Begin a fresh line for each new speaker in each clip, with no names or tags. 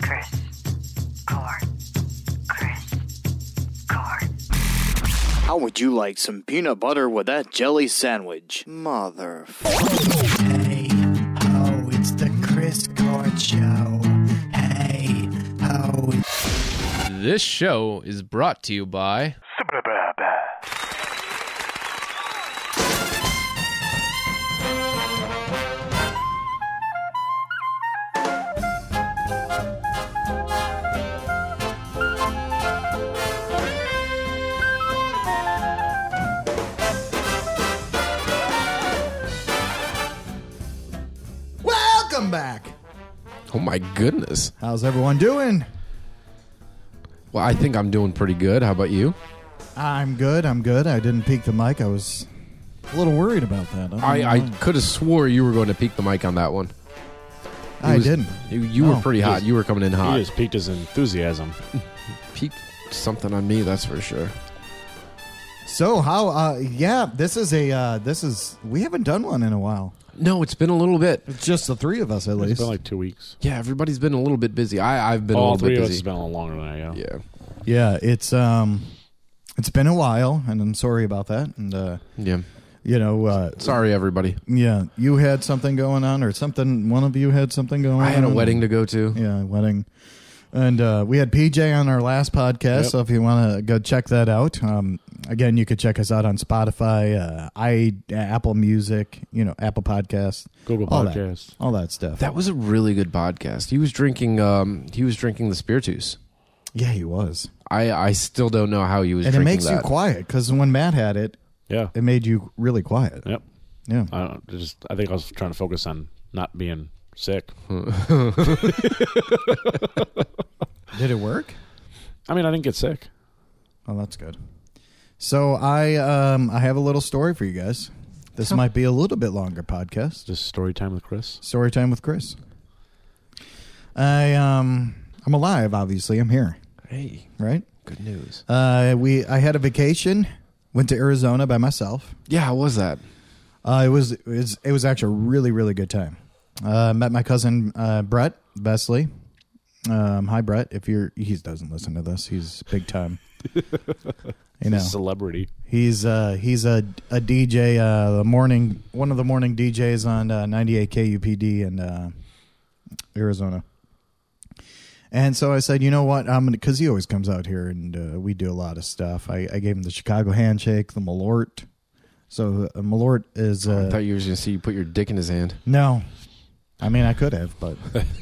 Chris. Core. Chris. Core.
How would you like some peanut butter with that jelly sandwich? Mother.
Hey ho, it's the Chris Court Show. Hey ho,
This show is brought to you by
welcome back.
Oh my goodness.
How's everyone doing?
Well, I think I'm doing pretty good. How about you?
I'm good. I'm good. I didn't peek the mic. I was a little worried about that. don't
I, I
know why.
could have swore you were going to peak the mic on that one. It
I
was-
didn't.
You, you
No.
were pretty hot. You were coming in
He
hot.
just piqued his enthusiasm.
Peaked something on me, that's for sure.
So how? Uh, yeah, this is a uh, this is we haven't done one in a while.
No, it's been a little bit.
It's just the three of us at
It's
least.
been like two weeks.
Yeah, everybody's been a little bit busy. I, I've been a
All
little
three
bit
of us
busy.
have been a little longer than I am.
yeah.
yeah, it's um, it's been a while, and I'm sorry about that. And uh,
Yeah.
you know, uh,
Sorry, everybody.
yeah, you had something going on, or something. One of you had something going. on.
I had a wedding to go to.
Mm. Yeah, wedding. And uh, we had PJ on our last podcast,
Yep.
so if you want to go check that out, um, again, you could check us out on Spotify, uh, i Apple Music, you know, Apple Podcasts,
Google
all that-
Podcasts.
all that stuff.
That was a really good podcast. He was drinking. Um, he was drinking the spiritus.
yeah, he was,
I, I still don't know how he was.
and it
drinking
makes you
that.
quiet because when Matt had it,
Yeah.
it made you really quiet.
Yep.
Yeah,
I don't, just I think I was trying to focus on not being sick.
did it work?
I mean, I didn't get sick.
Oh, that's good. So I um, I have a little story for you guys. This might be a little bit longer podcast.
Just story time with Chris.
Story time with Chris. I um I'm alive, obviously. I'm here,
Hey,
right?
good news.
Uh we I had a vacation, went to Arizona by myself.
Yeah, how was that?
Uh it was it was, it was actually a really really good time. Uh met my cousin uh Brett Vesley. Um hi Brett, if you're he doesn't listen to this. He's big time. you know.
Celebrity.
He's uh he's a a DJ uh the morning one of the morning DJs on uh, 98 KUPD in uh, Arizona. And so I said, you know what? I'm gonna because he always comes out here and uh, we do a lot of stuff. I, I gave him the Chicago handshake, the Malort. So uh, Malort is
Oh, I
uh,
thought you were going to see you put your dick in his hand.
no, I mean I could have, but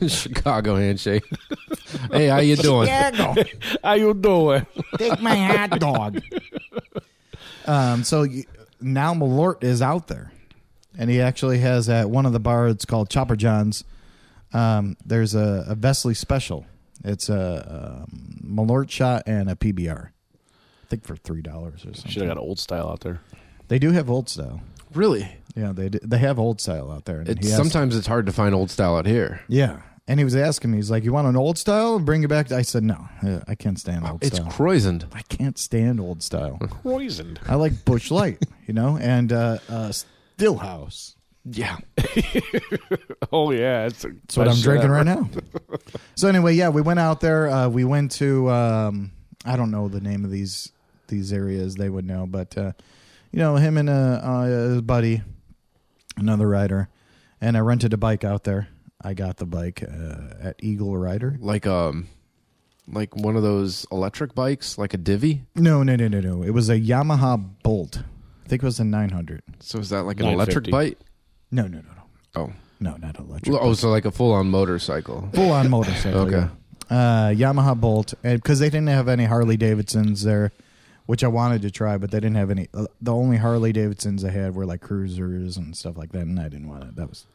Chicago handshake. hey, how you doing?
How you doing?
take my hot dog. Um, so you, now Malort is out there, and he actually has at one of the bars it's called Chopper John's. Um, there's a, a Vesley special. It's a um, Malort shot and a PBR. I think for three dollars or something.
Should have got old style out there.
They do have old style.
Really?
Yeah, they do, they have old style out there. And
It's,
he asked-
sometimes it's hard to find old style out here.
yeah. And he was asking me, he's like, "You want an old style? Bring it back." I said, "No, uh, I can't stand old
It's
style.
croisoned.
I can't stand old style."
Poisoned.
I like Bush Light, you know, and uh, uh, Stillhouse.
Yeah.
Oh yeah, it's
That's what I'm drinking right now. so anyway, yeah, we went out there. Uh, we went to um, I don't know the name of these these areas. They would know, but uh, you know, him and uh, uh, his buddy, another rider, and I rented a bike out there. I got the bike uh, at Eagle Rider.
Like um like one of those electric bikes, like a divvy.
No, no, no, no, no. It was a Yamaha Bolt. I think it was a 900.
So is that like an electric
950.
bike?
No, no, no, no.
Oh.
No, not electric.
Oh, so like a full on motorcycle.
full on motorcycle.
Okay.
yeah. Uh, Yamaha Bolt, because they didn't have any Harley Davidsons there, which I wanted to try, but they didn't have any. Uh, the only Harley Davidsons they had were like cruisers and stuff like that, and I didn't want it. That was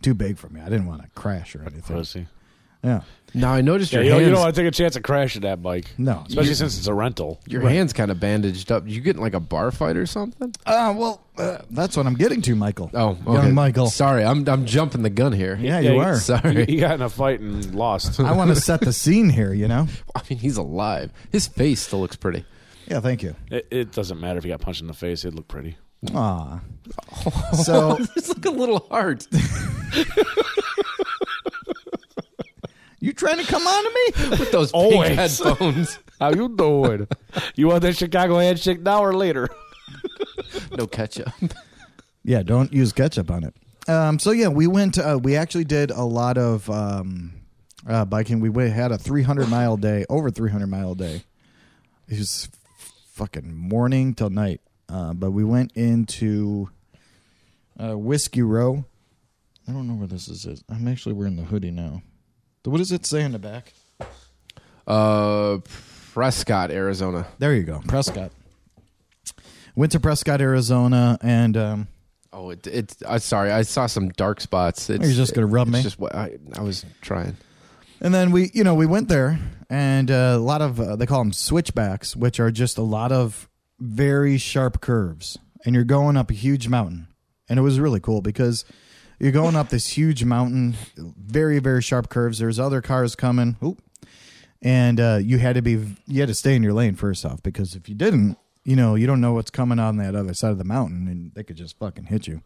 too big for me. I didn't want to crash or anything.
Pussy.
Yeah,
Now I noticed
Yeah,
your
you, don't- you
hands
don't want to take a chance of crashing that bike,
no.
especially since it's a rental.
your hands kind of bandaged up. You getting like a bar fight or something?
Uh, well, uh, that's what I'm getting to, Michael.
Oh, okay.
young Michael.
Sorry, I'm I'm jumping the gun here.
Yeah, you
Yeah,
are.
Sorry.
He got in a fight and lost.
I want to set the scene here. You know.
I mean, he's alive. His face still looks pretty.
Yeah. Thank you.
it, it doesn't matter if he got punched in the face; it'd look pretty.
Aw. So
It's like a little heart.
You trying to come on to me?
With those pink
Always.
headphones.
How you doing? you want that Chicago head chick now or later?
no ketchup.
yeah, don't use ketchup on it. Um, so yeah, we went. Uh, we actually did a lot of um, uh, biking. We went, had a 300 mile day, over 300 mile day. It was fucking morning till night. Uh, but we went into uh, Whiskey Row. I don't know where this is. at. I'm actually wearing the hoodie now. What does it say in the back?
Uh, Prescott, Arizona.
There you go, Prescott. Went to Prescott, Arizona, and um,
Oh, it, it, I sorry. I saw some dark spots. It's,
You're just gonna rub
it's
me?
Just what I, I was trying.
and then we, you know, we went there, and uh, a lot of uh, they call them switchbacks, which are just a lot of very sharp curves, and you're going up a huge mountain, and it was really cool because you're going up this huge mountain, very very sharp curves. There's other cars coming, Oop. and uh, you had to be you had to stay in your lane first off because if you didn't, you know, you don't know what's coming on that other side of the mountain, and they could just fucking hit you.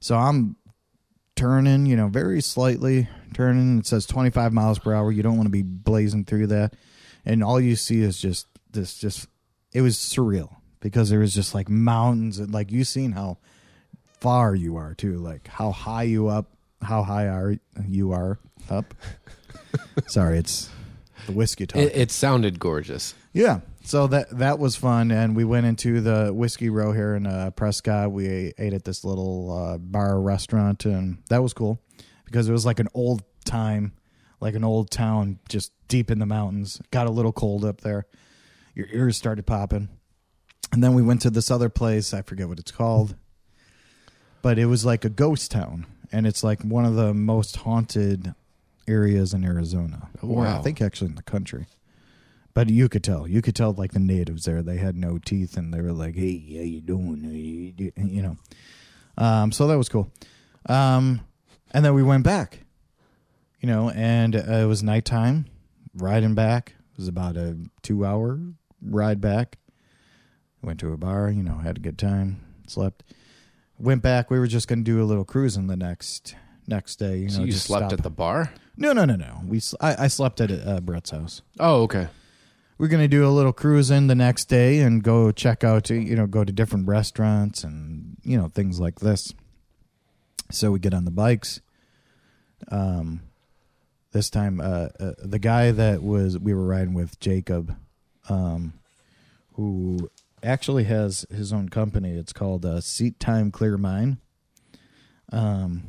So I'm turning, you know, very slightly turning. It says 25 miles per hour. You don't want to be blazing through that. And all you see is just this, just, it was surreal because there was just like mountains. And like you've seen how far you are too, like how high you up, how high are you are up. Sorry, it's the whiskey talk.
It, it sounded gorgeous.
Yeah. So that that was fun, and we went into the whiskey row here in uh, Prescott. We ate at this little uh, bar restaurant, and that was cool because it was like an old time, like an old town, just deep in the mountains. Got a little cold up there. Your ears started popping, and then we went to this other place. I forget what it's called, but it was like a ghost town, and it's like one of the most haunted areas in Arizona, or I
Wow.
think actually in the country. But you could tell, you could tell, like the natives there, they had no teeth, and they were like, "Hey, how you doing?" Hey, you do-" You know, um, so that was cool. Um, and then we went back, you know, and uh, it was nighttime. Riding back it was about a two-hour ride back. Went to a bar, you know, had a good time, slept. Went back. We were just going to do a little cruising the next next day. You know,
So you
just
slept
stop.
at the bar?
no, no, no, no. We s- I, I slept at uh, Brett's house
Oh, okay.
we're going to do a little cruising the next day and go check out, you know, go to different restaurants and, you know, things like this. So we get on the bikes. Um, this time, uh, uh, the guy that was, we were riding with, Jacob, um, who actually has his own company. It's called uh, Seat Time Clear Mine. Um,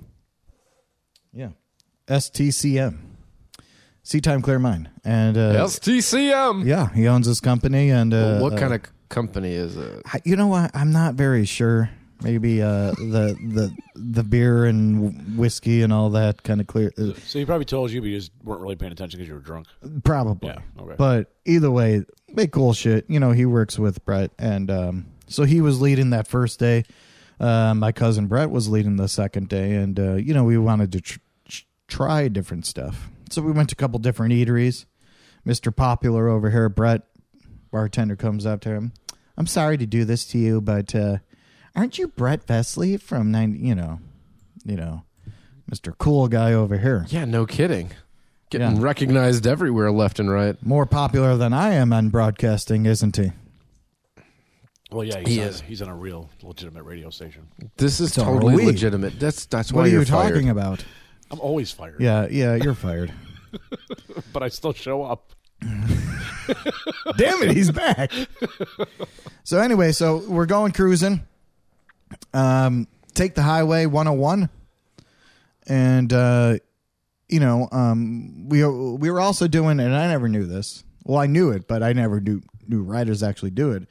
yeah. STCM. Seat Time Clear Mine. And, uh,
STCM.
yeah, he owns this company, and uh,
Well, what
uh,
kind of company is it?
I- you know what? I'm not very sure. Maybe uh, the the the beer and whiskey and all that kind of clear. uh,
So he probably told you, but you just weren't really paying attention because you were drunk.
probably.
Yeah, okay.
But either way, make cool shit. You know, he works with Brett, and um, so he was leading that first day. Uh, my cousin Brett was leading the second day, and uh, you know, we wanted to tr- tr- try different stuff. So we went to a couple different eateries. Mister Popular over here, Brett, bartender comes up to him. I'm sorry to do this to you, but uh, aren't you Brett Vesley from nine? You know, you know, Mister Cool Guy over here.
Yeah, no kidding. Getting
Yeah.
recognized everywhere, left and right.
More popular than I am on broadcasting, isn't he?
Well, yeah, he's,
He
on,
is.
he's on a real legitimate radio station.
This is
So are
totally
we.
legitimate. That's that's why
what are
you're
you
fired.
talking about?
I'm always fired,
Yeah, yeah, you're fired.
but I still show up.
Damn it, he's back. so anyway, so we're going cruising. Um, take the highway 101, and uh, you know, um, we we were also doing, and I never knew this. Well, I knew it, but I never knew knew riders actually do it.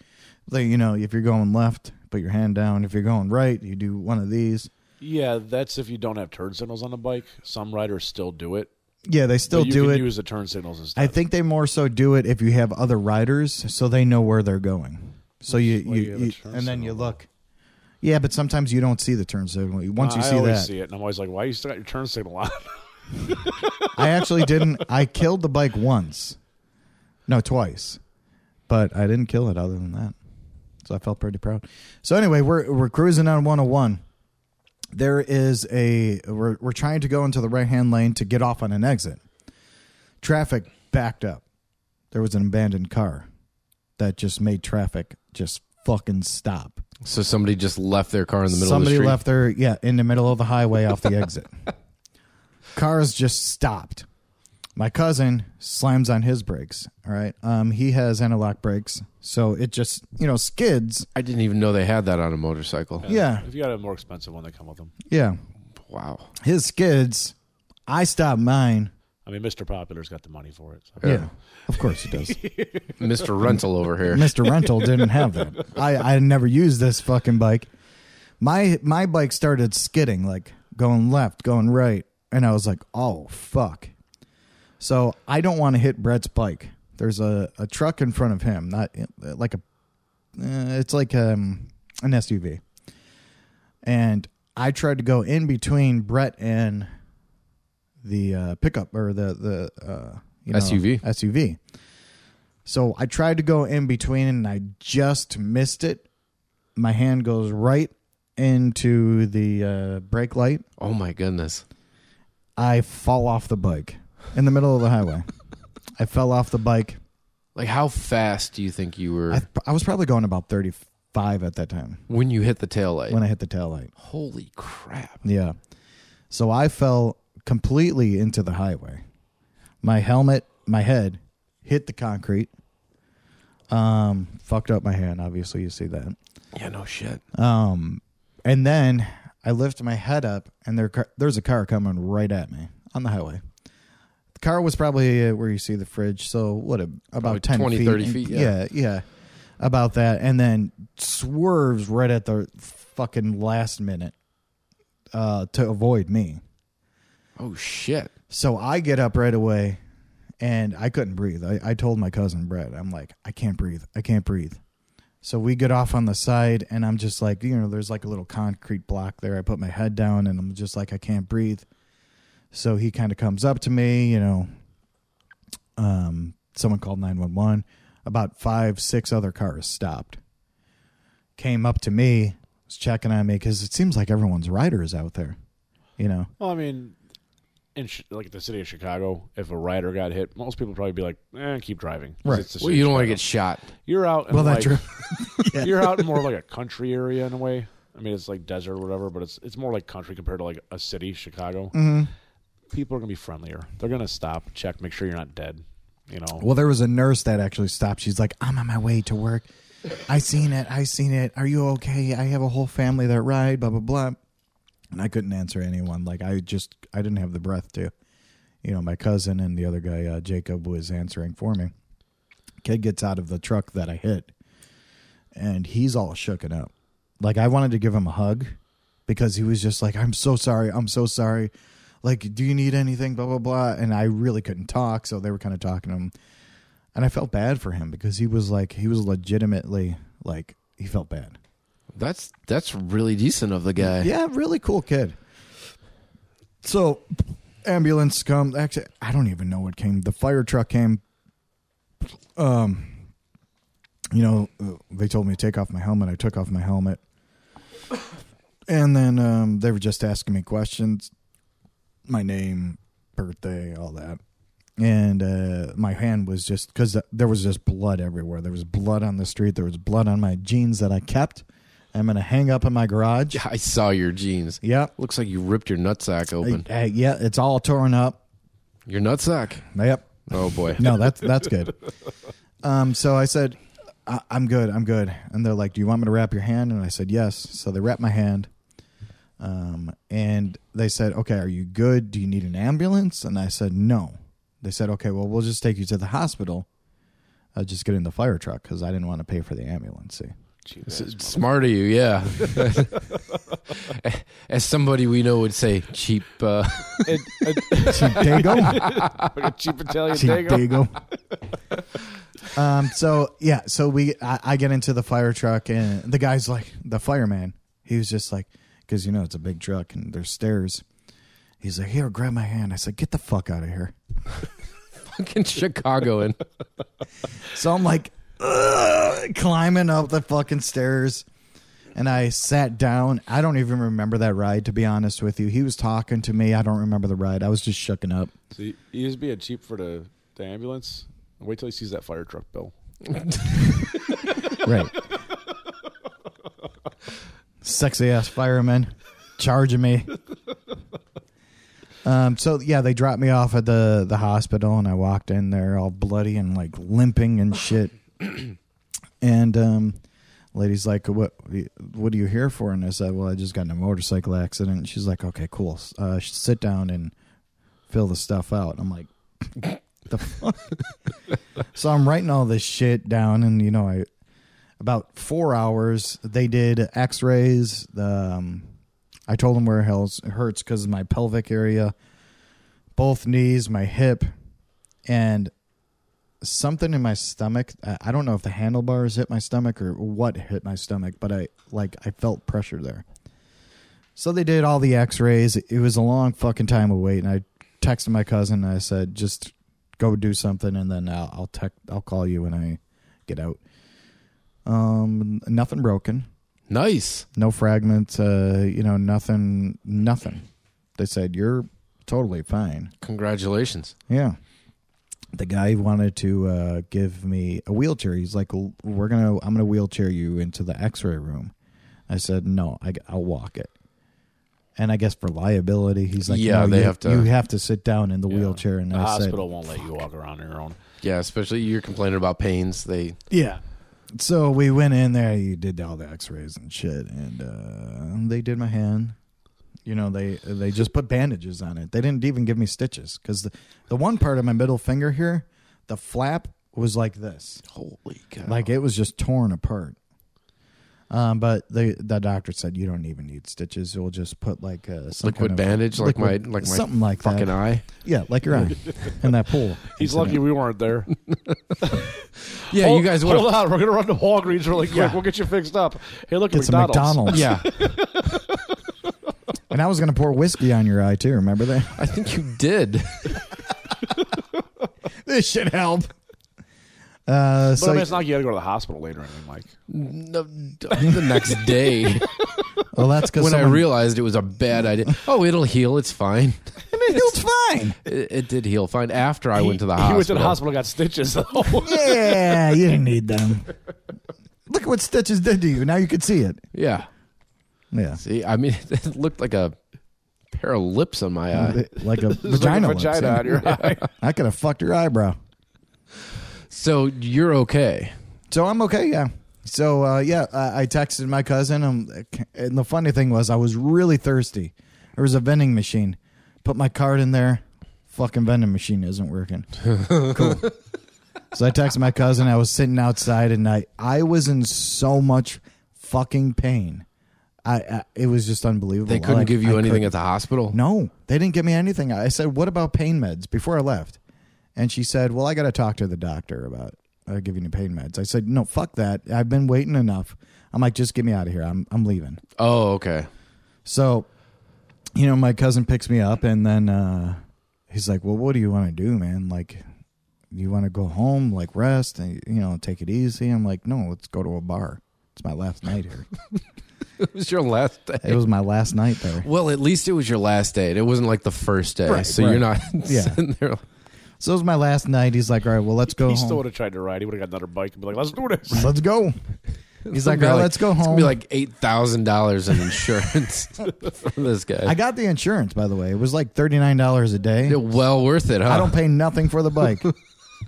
They, you know, if you're going left, put your hand down. If you're going right, you do one of these.
Yeah, that's if you don't have turn signals on the bike. Some riders still do it.
Yeah, they still
but you
do
can
it.
Use the turn signals instead.
I think they more so do it if you have other riders, so they know where they're going. So you
Well,
you,
you have a
you-
turn
and then you
signal.
look. Yeah, but sometimes you don't see the turn signal. Once you
I
see
always
that,
see it, and I'm always like, "Why you still got your turn signal on?"
I actually didn't. I killed the bike once, no, twice, but I didn't kill it. Other than that, so I felt pretty proud. So anyway, we're we're cruising on 101. There is a we're we're trying to go into the right hand lane to get off on an exit. Traffic backed up. There was an abandoned car that just made traffic just fucking stop.
So somebody just left their car in the middle
Somebody
of the street.
left their yeah in the middle of the highway off the exit. Cars just stopped. My cousin slams on his brakes. All right, um, he has anti-lock brakes, so it just you know skids.
I didn't even know they had that on a motorcycle.
Yeah,
If you got a more expensive one, they come with them.
yeah.
Wow.
His skids. I stopped mine.
I mean, Mister Popular's got the money for it. So.
Yeah, of course he does.
Mr. Rental over here.
Mr. Rental didn't have that. I I never used this fucking bike. My my bike started skidding, like going left, going right, and I was like, "Oh fuck!" So I don't want to hit Brett's bike. There's a, a truck in front of him, not like a, uh, it's like um an SUV, and I tried to go in between Brett and the uh, pickup or the the uh, you know,
SUV.
SUV. So I tried to go in between and I just missed it. My hand goes right into the uh, brake light.
Oh my goodness.
I fall off the bike in the middle of the highway. I fell off the bike.
Like how fast do you think you were
I, I was probably going about 35 at that time
when you hit the taillight?
when I hit the taillight.
Holy crap.
Yeah. So I fell completely into the highway. My helmet, my head hit the concrete. Um, fucked up my hand. Obviously, you see that.
Yeah, no shit.
Um, and then I lift my head up, and there car, there's a car coming right at me on the highway. The car was probably uh, where you see the fridge, so what a,
Probably
about ten
20,
feet,
30
and-
feet,
yeah,
yeah.
yeah, about that, and then swerves right at the fucking last minute uh, to avoid me.
Oh shit.
So I get up right away and I couldn't breathe. I, I told my cousin Brett, I'm like, I can't breathe. I can't breathe. So we get off on the side and I'm just like, you know, there's like a little concrete block there. I put my head down and I'm just like, I can't breathe. So he kind of comes up to me, you know, um, someone called 911. About five, six other cars stopped. Came up to me, was checking on me because it seems like everyone's rider is out there, you know.
Well, I mean, in Chi- like the city of Chicago, if a rider got hit, most people would probably be like, eh, keep driving. 'Cause
Right.
it's the
Well,
city
you
of
don't want to
Chicago.
get shot.
You're out. In
Well,
like,
that's true.
You're out in more like a country area in a way. I mean, it's like desert or whatever, but it's it's more like country compared to like a city, Chicago. People are gonna be friendlier. They're gonna stop, check, make sure you're not dead. You know.
Well, there was a nurse that actually stopped. She's like, "I'm on my way to work. I seen it. I seen it. Are you okay? I have a whole family that ride. Blah blah blah." And I couldn't answer anyone. Like I just, I didn't have the breath to. You know, my cousin and the other guy, uh, Jacob, was answering for me. Kid gets out of the truck that I hit, and he's all shooken up. Like I wanted to give him a hug because he was just like, "I'm so sorry. I'm so sorry." Like, do you need anything? Blah blah blah. And I really couldn't talk, so they were kind of talking to him and I felt bad for him because he was like he was legitimately like he felt bad.
That's that's really decent of the guy.
Yeah, really cool kid. So ambulance come actually I don't even know what came. The fire truck came. Um you know, uh, they told me to take off my helmet. I took off my helmet. And then um they were just asking me questions. My name, birthday, all that. And uh, my hand was just because there was just blood everywhere. There was blood on the street. There was blood on my jeans that I kept. I'm gonna hang up in my garage.
Yeah, I saw your jeans.
Yep.
Looks like you ripped your nutsack open.
Uh, yeah, it's all torn up.
Your nutsack.
Yep.
Oh boy.
No, that's that's good. Um, so I said, I- I'm good, I'm good. And they're like, Do you want me to wrap your hand? And I said, Yes. So they wrapped my hand. Um, and they said, Okay, are you good? Do you need an ambulance? And I said, No. They said, Okay, well, we'll just take you to the hospital. Uh, just get in the fire truck because I didn't want to pay for the ambulance. See?
S- Smart of you, yeah. As somebody we know would say, cheap. Uh,
It- it-
Cheap dago.
like a cheap Italian
Cheap
dago.
dago. um. So yeah. So we, I, I get into the fire truck, and the guy's like, the fireman. He was just like, because you know it's a big truck, and there's stairs. He's like, here, grab my hand. I said, get the fuck out of here.
fucking Chicagoan.
So I'm like, ugh, climbing up the fucking stairs. and I sat down. I don't even remember that ride, to be honest with you. He was talking to me. I don't remember the ride. I was just shooken up.
So you, you just be a cheap for the, the ambulance. Wait till he sees that fire truck bill.
Right. Sexy ass fireman charging me. Um, so yeah, they dropped me off at the the hospital, and I walked in there all bloody and like limping and shit. and um, lady's like, "What? What are you here for?" And I said, "Well, I just got in a motorcycle accident." And she's like, "Okay, cool. Uh, sit down and fill the stuff out." I'm like, "The fuck?" so I'm writing all this shit down, and you know, I about four hours. They did X-rays. Um, I told them where it hels- hurts because my pelvic area, both knees, my hip, and something in my stomach. I I don't know if the handlebars hit my stomach or what hit my stomach, but I like I felt pressure there. So they did all the X-rays. It was a long fucking time of wait, and I texted my cousin and I said, "Just go do something, and then I'll I'll, tec- I'll call you when I get out." Um, nothing broken,
Nice.
no fragments. Uh, you know, nothing, nothing. They said you're totally fine.
Congratulations.
Yeah. The guy wanted to uh, give me a wheelchair. He's like, "Well, "We're gonna, I'm gonna wheelchair you into the X-ray room." I said, "No, I, will walk it." And I guess for liability, he's like,
Yeah,
"No,
they
you,
have to-
You have to sit down in the
Yeah.
wheelchair." And
the
I
hospital won't let you walk around on your own.
Yeah, especially you're complaining about pains. They
said, "Yeah." So we went in there. You did all the X-rays and shit, and uh, they did my hand. You know, they they just put bandages on it. They didn't even give me stitches because the the one part of my middle finger here, the flap was like this.
holy cow.
Like it was just torn apart. Um, but the the doctor said you don't even need stitches. We'll just put like a some
liquid
kind of
bandage, like
liquid-
my like my
something like that.
fucking eye.
Yeah, like your eye in that pool.
He's lucky we weren't there.
Yeah,
Hold-
you guys would.
hold on. We're gonna run to Walgreens really quick.
Yeah.
We'll get you fixed up. Hey, look at
Get some
McDonald's.
McDonald's.
Yeah,
and I was gonna pour whiskey on your eye too. Remember that?
I think you did.
this should help. Uh,
But I mean,
so
it's not like you had to go to the hospital later or anything, Mike.
No, the next day
well, that's because
when I realized it was a bad idea. Oh, it'll heal. It's fine.
it's fine.
It, it did heal fine after I went to the
He
hospital.
went to the hospital, got stitches. Though.
Oh. Yeah, you didn't need them. Look at what stitches did to you. Now you can see it.
Yeah.
Yeah,
See, I mean, it looked like a pair of lips on my eye.
like a
It's Uh, like
Mm, vagina.
a
lips,
vagina
yeah.
on your eye.
I could have fucked your eyebrow.
So you're okay.
So I'm okay, yeah. So uh, yeah, I, I texted my cousin, um, and the funny thing was I was really thirsty. There was a vending machine. Put my card in there. Fucking vending machine isn't working. cool. So I texted my cousin. I was sitting outside, and I I was in so much fucking pain. I, I it was just unbelievable.
They couldn't
Like,
give you
I
anything
couldn't-
at the hospital.
no, they didn't give me anything. I said, "What about pain meds?" Before I left, and she said, "Well, I got to talk to the doctor about uh, giving you pain meds." I said, "No, fuck that. I've been waiting enough." I'm like, "Just get me out of here. I'm I'm leaving."
Oh, okay.
So, you know, my cousin picks me up, and then uh, he's like, "Well, what do you want to do, man? Like, you want to go home, like rest, and you know, take it easy?" I'm like, "No, let's go to a bar. It's my last night here.
It was your last day.
it was my last night there."
well, at least it was your last day. and It wasn't like the first day. so
right.
you're not
Yeah.
sitting there. Like,
So it was my last night. He's like, "All right, well, let's go
he
home."
still would have tried to ride. He would have got another bike and be like, "Let's do this."
Let's go. He's like,
gonna be
"All right, let's go
it's gonna
home.
Be like eight thousand dollars in insurance for this guy.
I got the insurance, by the way. It was like thirty nine dollars a day.
Yeah, well worth it, huh?
I don't pay nothing for the bike.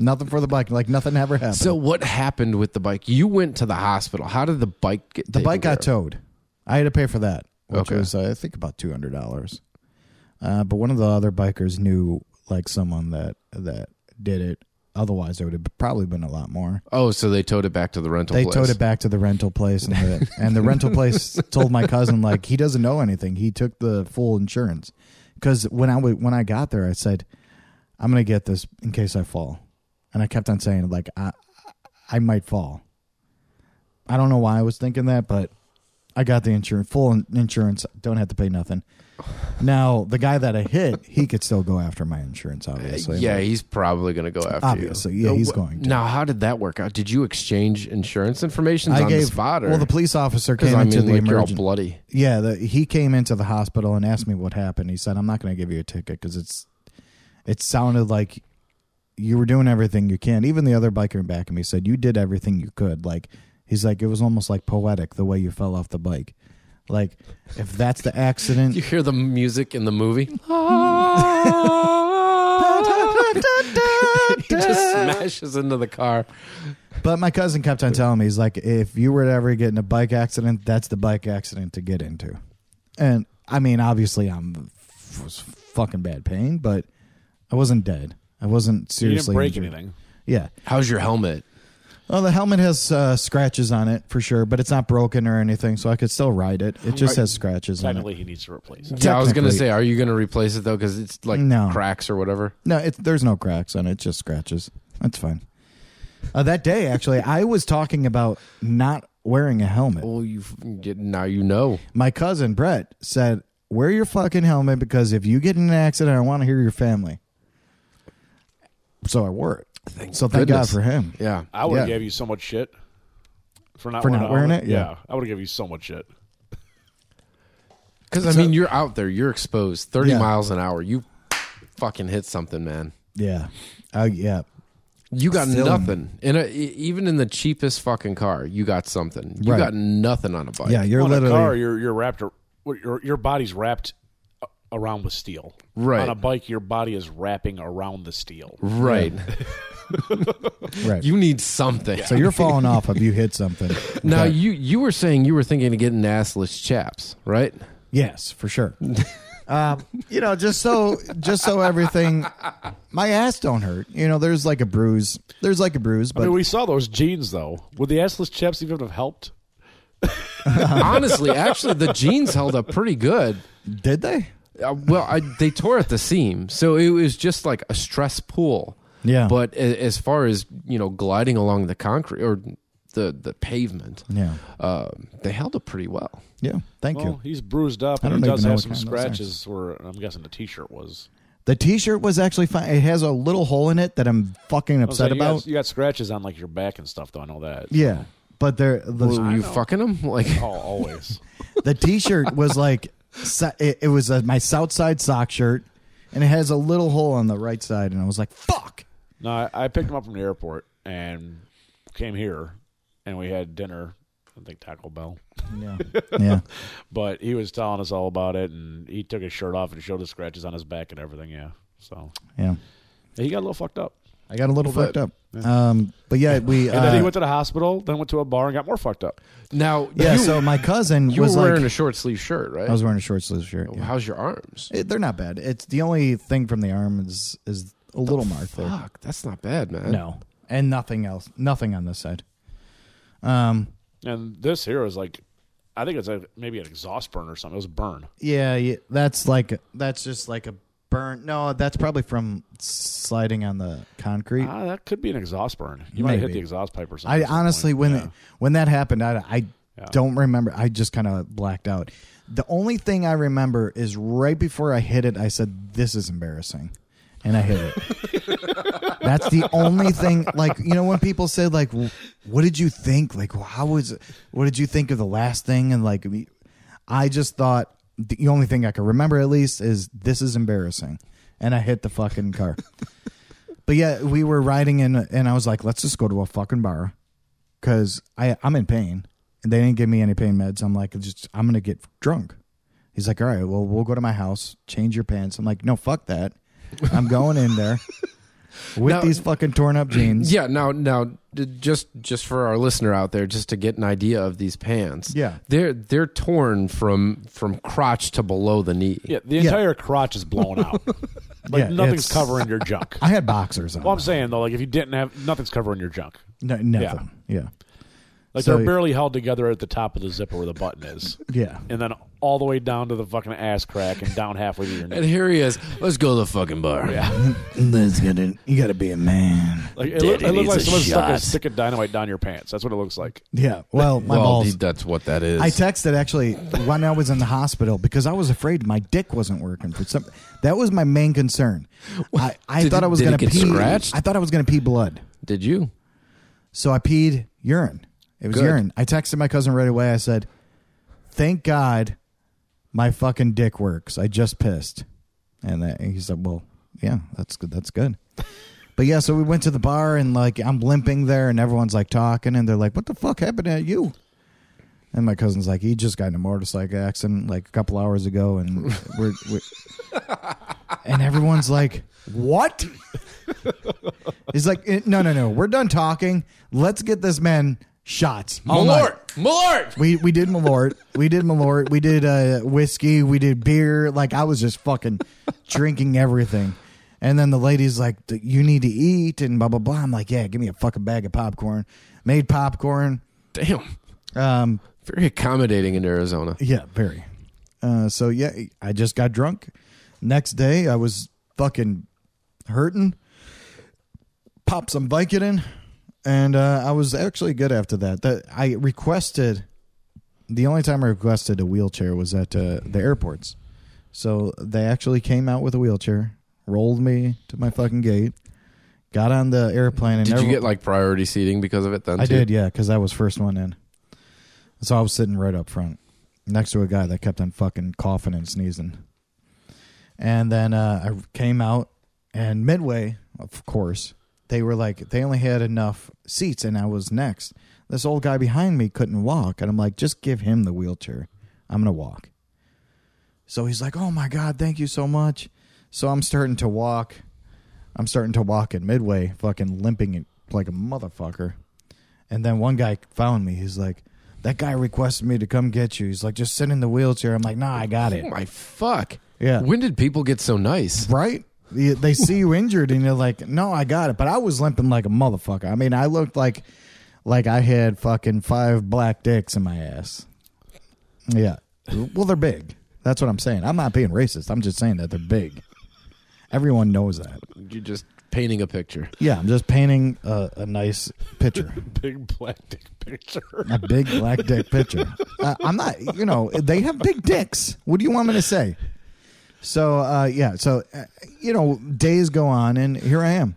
nothing for the bike. Like nothing ever happened.
So what happened with the bike? You went to the hospital. How did the bike get?
the bike got
towed.
towed. I had to pay for that, which
Okay.
was uh, I think about two hundred dollars. Uh, but one of the other bikers knew like someone that that did it. Otherwise, it would have probably been a lot more.
Oh, so they towed it back to the rental.
They
place.
towed it back to the rental place, and the, and the rental place told my cousin like he doesn't know anything. He took the full insurance because when I wa- when I got there, I said I'm gonna get this in case I fall, and I kept on saying like I I might fall. I don't know why I was thinking that, but I got the insurance, full in- insurance. Don't have to pay nothing. Now, the guy that I hit, he could still go after my insurance, obviously.
yeah, he's probably going to go after
Obviously,
you.
yeah,
Uh,
he's
wh-
going to.
Now, how did that work out? Did you exchange insurance information
I
on
gave
the spot? Or,
well, the police officer
'cause
came
I
into
mean,
the
like you're all
emergency.
bloody.
yeah, the, he came into the hospital and asked me what happened. He said, "I'm not going to give you a ticket because it's it sounded like you were doing everything you can." Even the other biker back of me said, "You did everything you could." Like he's like, it was almost like poetic the way you fell off the bike. Like if that's the accident,
You hear the music in the movie? he just smashes into the car.
But my cousin kept on telling me, he's like, if you were to ever get in a bike accident, that's the bike accident to get into. And I mean, obviously, I'm was fucking bad pain, but I wasn't dead. I wasn't
You didn't
seriously
break
injured.
anything.
Yeah.
How's your helmet?
Well, the helmet has uh, scratches on it for sure, but it's not broken or anything, so I could still ride it. It just has scratches on it.
Technically, he needs to replace it.
Yeah, I was going to
Technically.
say, are you going to replace it though? Because it's like
No.
cracks or whatever.
No, it, there's no cracks on it. It's just scratches. That's fine. Uh, that day, actually, I was talking about not wearing a helmet.
Well, you f- now you know.
My cousin Brett said, "Wear your fucking helmet because if you get in an accident, I want to hear your family." So I wore it. so thank God
goodness.
for him.
Yeah,
I would have
Yeah.
gave you so much shit for not
For
wearing
not
a
wearing
helmet.
it? Yeah.
I would have gave you so much shit.
because I mean, you're out there, you're exposed, thirty
Yeah.
miles an hour. You fucking hit something, man.
Yeah, uh, yeah,
You got
Still-
nothing. In a, e- even in the cheapest fucking car, you got something. You
Right.
got nothing on a bike.
yeah. You're
on
literally
a car, you're you're wrapped. ar- what- Your your body's wrapped a- around with steel.
Right.
On a bike, your body is wrapping around the steel.
right.
right.
You need something.
so you're falling off if you hit something.
now
Okay.
you you were saying you were thinking of getting assless chaps, right?
yes, for sure. um, you know, just so just so everything, my ass don't hurt. You know, there's like a bruise. There's like a bruise,
I
but
mean, we saw those jeans though. Would the assless chaps even have helped?
Uh-huh.
Honestly, actually, the jeans held up pretty good.
did they?
Uh, well, I, they tore at the seam, so it was just like a stress pool.
Yeah.
But a, as far as you know, gliding along the concrete or the the pavement,
Yeah,
uh, they held up pretty well.
yeah. Thank
Well,
you.
he's bruised up,
I
and he
don't
does
even know
have
what
some
kind those are.
scratches. Or I'm guessing the t-shirt was.
The T-shirt was actually fine. It has a little hole in it that I'm fucking
I was
upset
saying, Oh, you got-
about.
you got scratches on like your back and stuff, though. I know that.
Yeah, but there the,
Were you fucking them? Like,
Oh, always.
the T-shirt was like so- it, it was uh my South Side sock shirt, and it has a little hole on the right side, and I was like, "Fuck!"
No, I, I picked him up from the airport and came here, and we had dinner. I think Taco Bell,
Yeah, yeah,
but he was telling us all about it, and he took his shirt off and showed the scratches on his back and everything. Yeah, so
yeah.
Yeah, he got a little fucked up,
I got a little fucked up. Um, but yeah, we.
and then he
Uh,
went to the hospital, then went to a bar and got more fucked up.
now,
yeah,
you,
so my cousin
you were
was like,
wearing a short sleeve shirt, right?
I was wearing a short sleeve shirt. yeah.
How's your arms?
It- they're not bad. It's the only thing from the arm is is a little mark there.
Fuck, that's not bad, man.
No, and nothing else. Nothing on this side. Um.
And this here is like, I think it's a, maybe an exhaust burn or something. It was a burn.
Yeah, yeah, that's like that's just like a burn. No, that's probably from sliding on the concrete.
Ah, that could be an exhaust burn. You might have hit
Maybe.
the exhaust pipe or something.
I
at some
honestly,
point.
when
Yeah.
when that happened, I, I
Yeah.
don't remember. I just kind of blacked out. The only thing I remember is right before I hit it, I said, "This is embarrassing," and I hit it. That's the only thing. Like you know, when people say, "Like, w- what did you think? Like, how was? What did you think of the last thing?" And like, we- I just thought the only thing I could remember at least is this is embarrassing, and I hit the fucking car. But yeah, we were riding in, and I was like, "Let's just go to a fucking bar," because I I'm in pain, and they didn't give me any pain meds. I'm like, "Just I'm gonna get drunk." He's like, "All right, well, we'll go to my house, change your pants." I'm like, "No, fuck that, I'm going in there with
Now-
these fucking torn up jeans."
Yeah, now now d- just just for our listener out there, just to get an idea of these pants.
Yeah.
They're they're torn from from crotch to below the knee.
Yeah, the entire crotch is blown out. like
Yeah,
nothing's
it's-
covering your junk.
I had boxers on.
Well, I'm saying though, like if you didn't have nothing's covering your junk,
no, nothing. Yeah,
like
So-
they're barely held together at the top of the zipper where the button is,
yeah,
and then all the way down to the fucking ass crack and down halfway to your
And
neck.
here he is. Let's go to the fucking bar.
Yeah,
That's gonna, you gotta be a man.
like, it, look,
Daddy
it looked
needs
like
a
someone stuck a
shot.
stick of dynamite down your pants. That's what it looks like.
Yeah. Well, my
well,
balls.
he- that's what that is.
I texted actually when I was in the hospital because I was afraid my dick wasn't working for some. That was my main concern. I, I
Did
thought
it-
I was
did
going
it
to
get
pee.
scratched?
I thought I was going to pee blood,
Did you?
so I peed urine. It was
Good.
urine. I texted my cousin right away. I said, "Thank God, my fucking dick works. I just pissed," and that, and he said, "Well, yeah, that's good. That's good." But yeah, so we went to the bar and like I'm limping there, and everyone's like talking, and they're like, "What the fuck happened to you?" And my cousin's like, "He just got in a motorcycle accident like a couple hours ago, and we're, we're and everyone's like, "What?" He's like, "Eh, "No, no, no, we're done talking. Let's get this man shots." all night."
Malort! Oh, Malort!
We we did Malort. We did Malort. We did uh, whiskey. We did beer. Like I was just fucking drinking everything. And then the lady's like, "D- "You need to eat," and blah blah blah. I'm like, "Yeah, give me a fucking bag of popcorn." Made popcorn.
Damn.
Um,
Very accommodating in Arizona.
yeah, very. Uh, so yeah, I just got drunk. Next day, I was fucking hurting. Popped some Vicodin, and uh, I was actually good after that. That I requested. The only time I requested a wheelchair was at uh, the airports. So they actually came out with a wheelchair, rolled me to my fucking gate, got on the airplane, and
Did you
everyone-
get like priority seating because of it then?
I
too?
did, yeah, because I was first one in. So I was sitting right up front next to a guy that kept on fucking coughing and sneezing. And then uh, I came out, and midway, of course, they were like, they only had enough seats, and I was next. This old guy behind me couldn't walk, and I'm like, just give him the wheelchair. I'm going to walk. So he's like, oh my God, thank you so much. So I'm starting to walk. I'm starting to walk in midway, fucking limping it like a motherfucker. And then one guy found me. He's like, that guy requested me to come get you. He's like, just sit in the wheelchair. I'm like, nah, I got it.
Oh my fuck.
Yeah.
When did people get so nice?
Right? They they see you injured and they're like, no, I got it. But I was limping like a motherfucker. I mean, I looked like like I had fucking five black dicks in my ass. Yeah. Well, they're big. That's what I'm saying. I'm not being racist. I'm just saying that they're big. Everyone knows that.
You're just painting a picture.
Yeah, I'm just painting a, a nice picture.
Big black dick picture.
a big black dick picture. Uh, I'm not, you know, they have big dicks. What do you want me to say? So, uh, yeah, so, uh, you know, days go on, and here I am.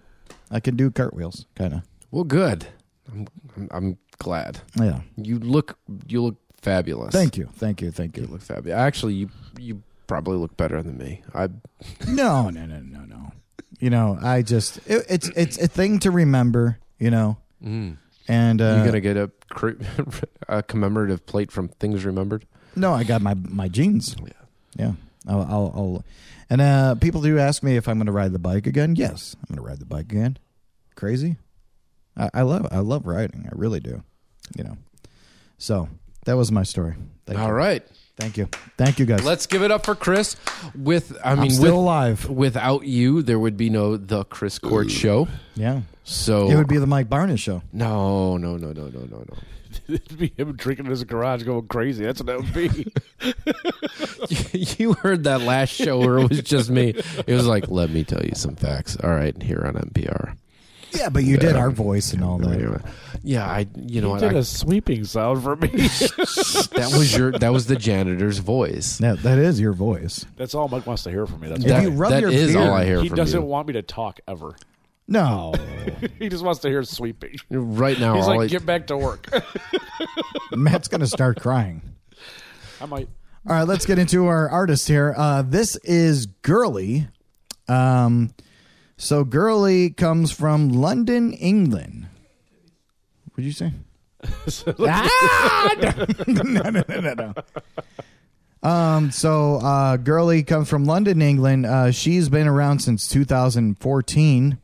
I can do cartwheels, kind of.
Well, good. I'm, I'm, I'm glad.
Yeah.
You look you look fabulous.
Thank you. Thank you. Thank
You
you.
look fabulous. Actually, you you probably look better than me. I
No, no, no, no, no. You know, I just, it, it's, it's a thing to remember, you know, and, uh,
you gonna get a, cre- a commemorative plate from Things Remembered?
No, I got my my jeans.
Yeah.
Yeah. I'll, I'll, I'll and uh, people do ask me if I'm going to ride the bike again. Yes, I'm going to ride the bike again. Crazy. I, I love I love riding. I really do. You know. So that was my story. Thank
All
you.
right.
Thank you. Thank you guys.
Let's give it up for Chris. With I mean,
I'm still
with-
alive.
without you, there would be no the Chris Court show.
Yeah.
So
It would be the Mike Barnes show.
no, no, no, no, no, no, no.
It'd be him drinking in his garage, going crazy. That's what that would be.
you heard that last show where it was just me. It was like, let me tell you some facts. All right, here on NPR.
Yeah, but you did our voice and all that.
Yeah, I. You know
he
what?
did
I-
a sweeping sound for me.
that was your. That was the janitor's voice.
Yeah, that is your voice.
That's all Mike wants to hear from me. That's
If
That-
you rub
that
your
is
beard-
all I hear
he
from
doesn't
you.
want me to talk ever.
No.
He just wants to hear sweeping.
right now,
He's
all
like,
I,
get back to work.
Matt's going to start crying.
I might.
All right, let's get into our artist here. Uh, this is Gurley. Um, so Gurley comes from London, England. What'd you say? Ah! no, no, no, no, no. Um, so uh, Gurley comes from London, England. Uh, she's been around since 2014.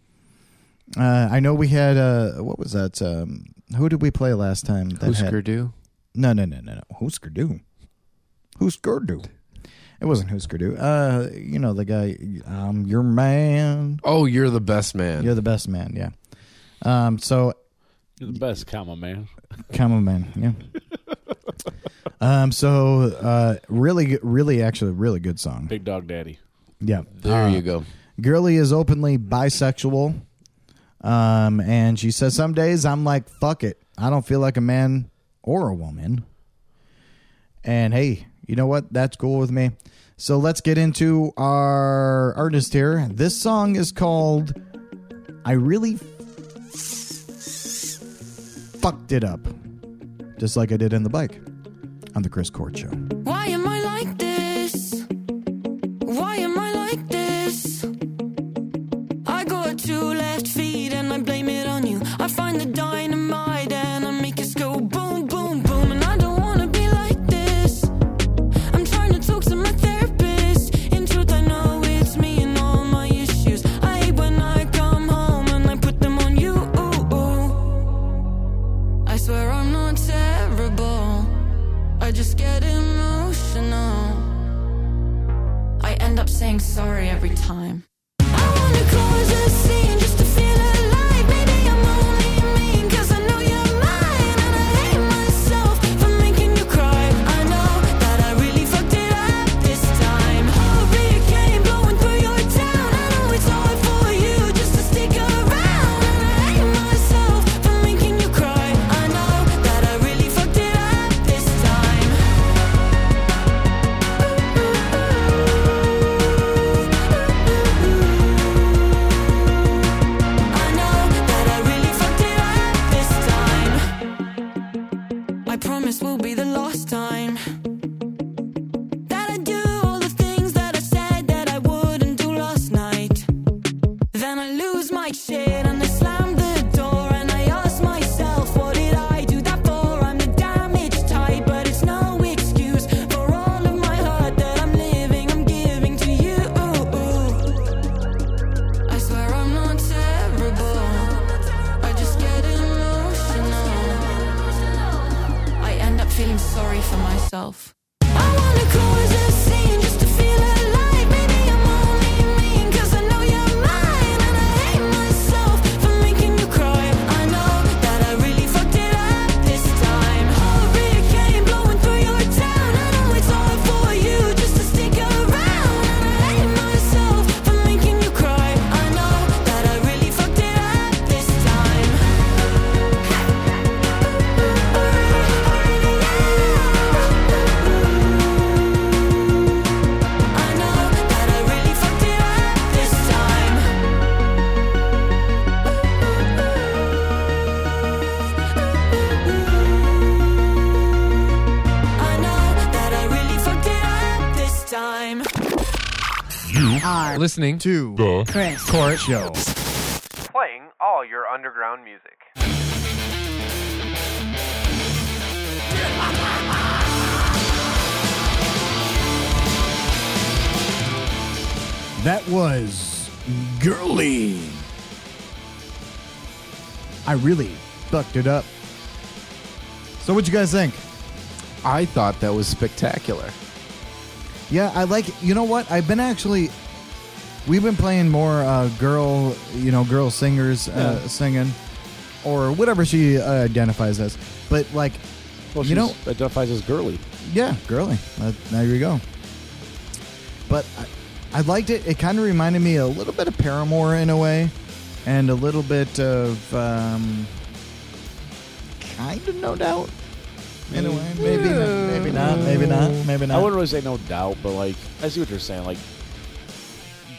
Uh, I know we had uh, what was that? Um, who did we play last time? That had-
Husker Du.
no, no, no, no, no. Husker Du. Husker Du. It wasn't Husker Du. Uh, you know the guy. I'm your man.
Oh, you're the best man.
You're the best man. Yeah. Um. So,
You're the best, comma man.
comma man. Yeah. Um, so uh, really, really, actually, really good song.
Big Dog Daddy.
Yeah,
There you go.
Girly is openly bisexual. Um, and she says, Some days I'm like, fuck it. I don't feel like a man or a woman. And hey, you know what? That's cool with me. So let's get into our artist here. This song is called I Really Fucked It Up, just like I did in the bike on the Chris Court Show.
Why am I like this? Why am I like this? I got two left feet and I blame it on you. I find the dynamite and I make us go boom, boom, boom. And I don't wanna be like this. I'm trying to talk to my therapist. In truth, I know it's me and all my issues. I hate when I come home and I put them on you. I swear I'm not terrible. I just get emotional. I end up saying sorry every time. I wanna cause a scene just to feel alive. Maybe I'm only mean 'cause I know you're mine, and I hate myself for making you cry. I know that I really fucked it up this time. Heartbeat came blowing through your town. I know it's hard for you just to stick around, and I hate myself for making you cry. I know that I really fucked it up this time. I know that I really fucked it up this time. I promise will be the last time that I do all the things that I said that I wouldn't do last night. Then I lose my shit and I slam the door and I ask myself, what did I do that for? I'm the damaged type, but it's no excuse for all of my hurt that I'm living. I'm giving to you. I swear I'm not terrible. I just get emotional. I end up feeling sorry for myself. I wanna cause a scene just to feel alive. Maybe I'm only mean 'cause I know you're mine, and I hate myself for making you cry. I know that I really fucked it up this time. Heartbeat came blowing through your town. I know it's hard for you just to stick around, and I hate myself for making you cry. I know that I really fucked it up this time. I know that I really fucked it up this time. I know that I really fucked it up this time.
Listening to
Court Show.
Playing all your underground music.
That was girly. I really fucked it up. So what you guys think?
I thought that was spectacular.
Yeah, I like. You know what? I've been actually. We've been playing more uh, girl, you know, girl singers uh, singing, or whatever she uh, identifies as. But like,
Well,
You
she's- identifies as girly.
yeah, girly. Uh, there you go. But I, I liked it. It kind of reminded me a little bit of Paramore in a way, and a little bit of um, kind of No Doubt in a way. Maybe, maybe not. Maybe not. Maybe not.
Mm. I wouldn't really say no doubt, but like I see what you're saying. Like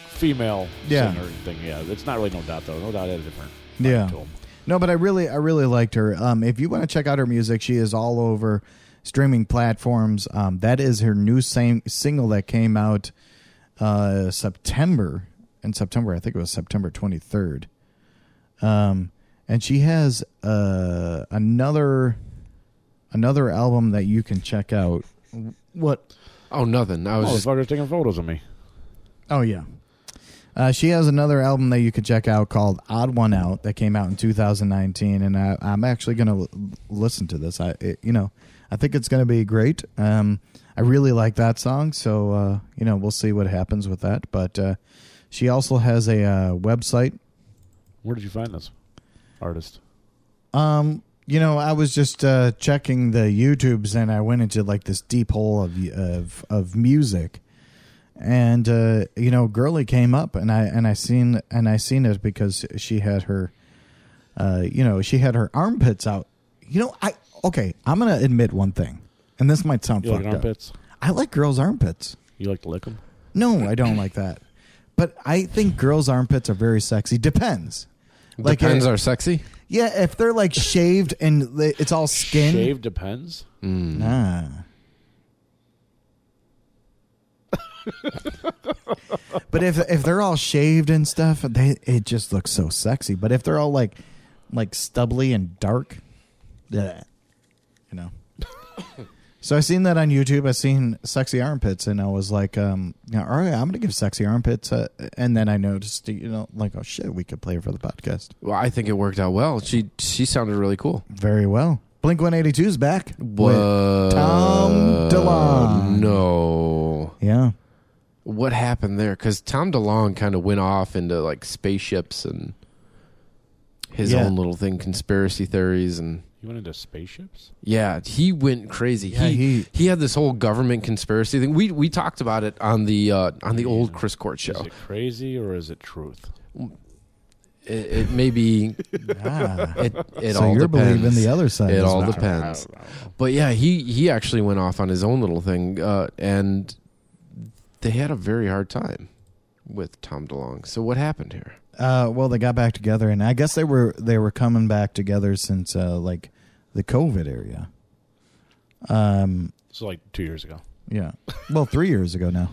female
Yeah.
singer thing. Yeah, it's not really no doubt though. No doubt had a different. vibe
Yeah.
to 'em.
No, but I really, I really liked her. Um, if you want to check out her music, she is all over streaming platforms. Um, that is her new sing- single that came out uh, September in September. I think it was September 23rd. Um, and she has uh, another another album that you can check out. What?
Oh, nothing. I was
Oh,
just
fuckers taking photos of me.
Oh yeah. Uh, she has another album that you could check out called "Odd One Out" that came out in 2019, and I, I'm actually going to l- listen to this. I, it, you know, I think it's going to be great. Um, I really like that song, so uh, you know, we'll see what happens with that. But uh, she also has a uh, website.
Where did you find this artist?
Um, you know, I was just uh, checking the YouTubes, and I went into like this deep hole of of of music, and uh, you know, Girly came up, and I and I seen and I seen it because she had her, uh, you know, she had her armpits out. You know, I okay, I'm gonna admit one thing, and this might sound
You like
fucked
armpits?
up. I like girls' armpits.
You like to lick them?
No, I don't like that. But I think girls' armpits are very sexy. Depends. Like
Depends
uh,
are sexy.
yeah, if they're like shaved and they- it's all skin.
Shave depends.
Nah. but if if they're all shaved and stuff, they it just looks so sexy. But if they're all like like stubbly and dark, yeah, you know. so I seen that on YouTube. I seen sexy armpits, and I was like, um, yeah, all right, I'm gonna give sexy armpits. A, and then I noticed, you know, like, oh shit, we could play it for the podcast.
Well, I think it worked out well. She she sounded really cool.
Very well. Blink 182's back.
What?
Tom DeLonge.
No.
Yeah.
What happened there? Because Tom DeLonge kind of went off into like spaceships and his
Yeah.
own little thing, conspiracy theories, and
You went into spaceships?
yeah, he went crazy.
Yeah,
he,
he-
he had this whole government conspiracy thing. We we talked about it on the uh, on the old Chris Court show.
Is it crazy or is it truth?
It, it may be
Ah.
it, it
so
all
you're
depends.
believing the other side.
it
is
all
not-
depends. But yeah, he he actually went off on his own little thing, uh, and they had a very hard time with Tom DeLonge. So what happened here?
Uh, well, they got back together, and I guess they were they were coming back together since uh, like the COVID area. Um,
So like two years ago.
yeah. Well, three years ago now.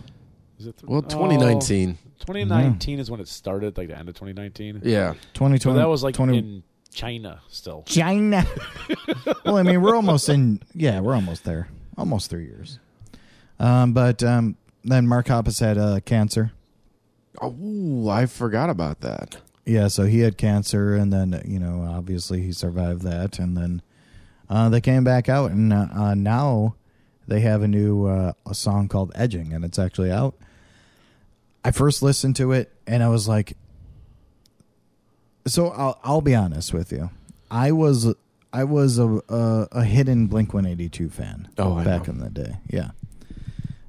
Is it th-
Well,
Oh,
2019,
2019 is when it started, like the end of 2019.
yeah,
Twenty
So
twenty.
that was like in China still.
China. well, I mean, we're almost in. Yeah, we're almost there. Almost three years. Um, but um, then Mark Hoppus had uh, cancer.
oh, I forgot about that.
Yeah, so he had cancer, and then you know, obviously he survived that, and then uh, they came back out, and uh, uh, now they have a new uh, a song called "Edging," and it's actually out. I first listened to it, and I was like, "So I'll I'll be honest with you, I was I was a a, a hidden Blink One Eighty Two fan
Oh, I
back
know.
in the day, yeah."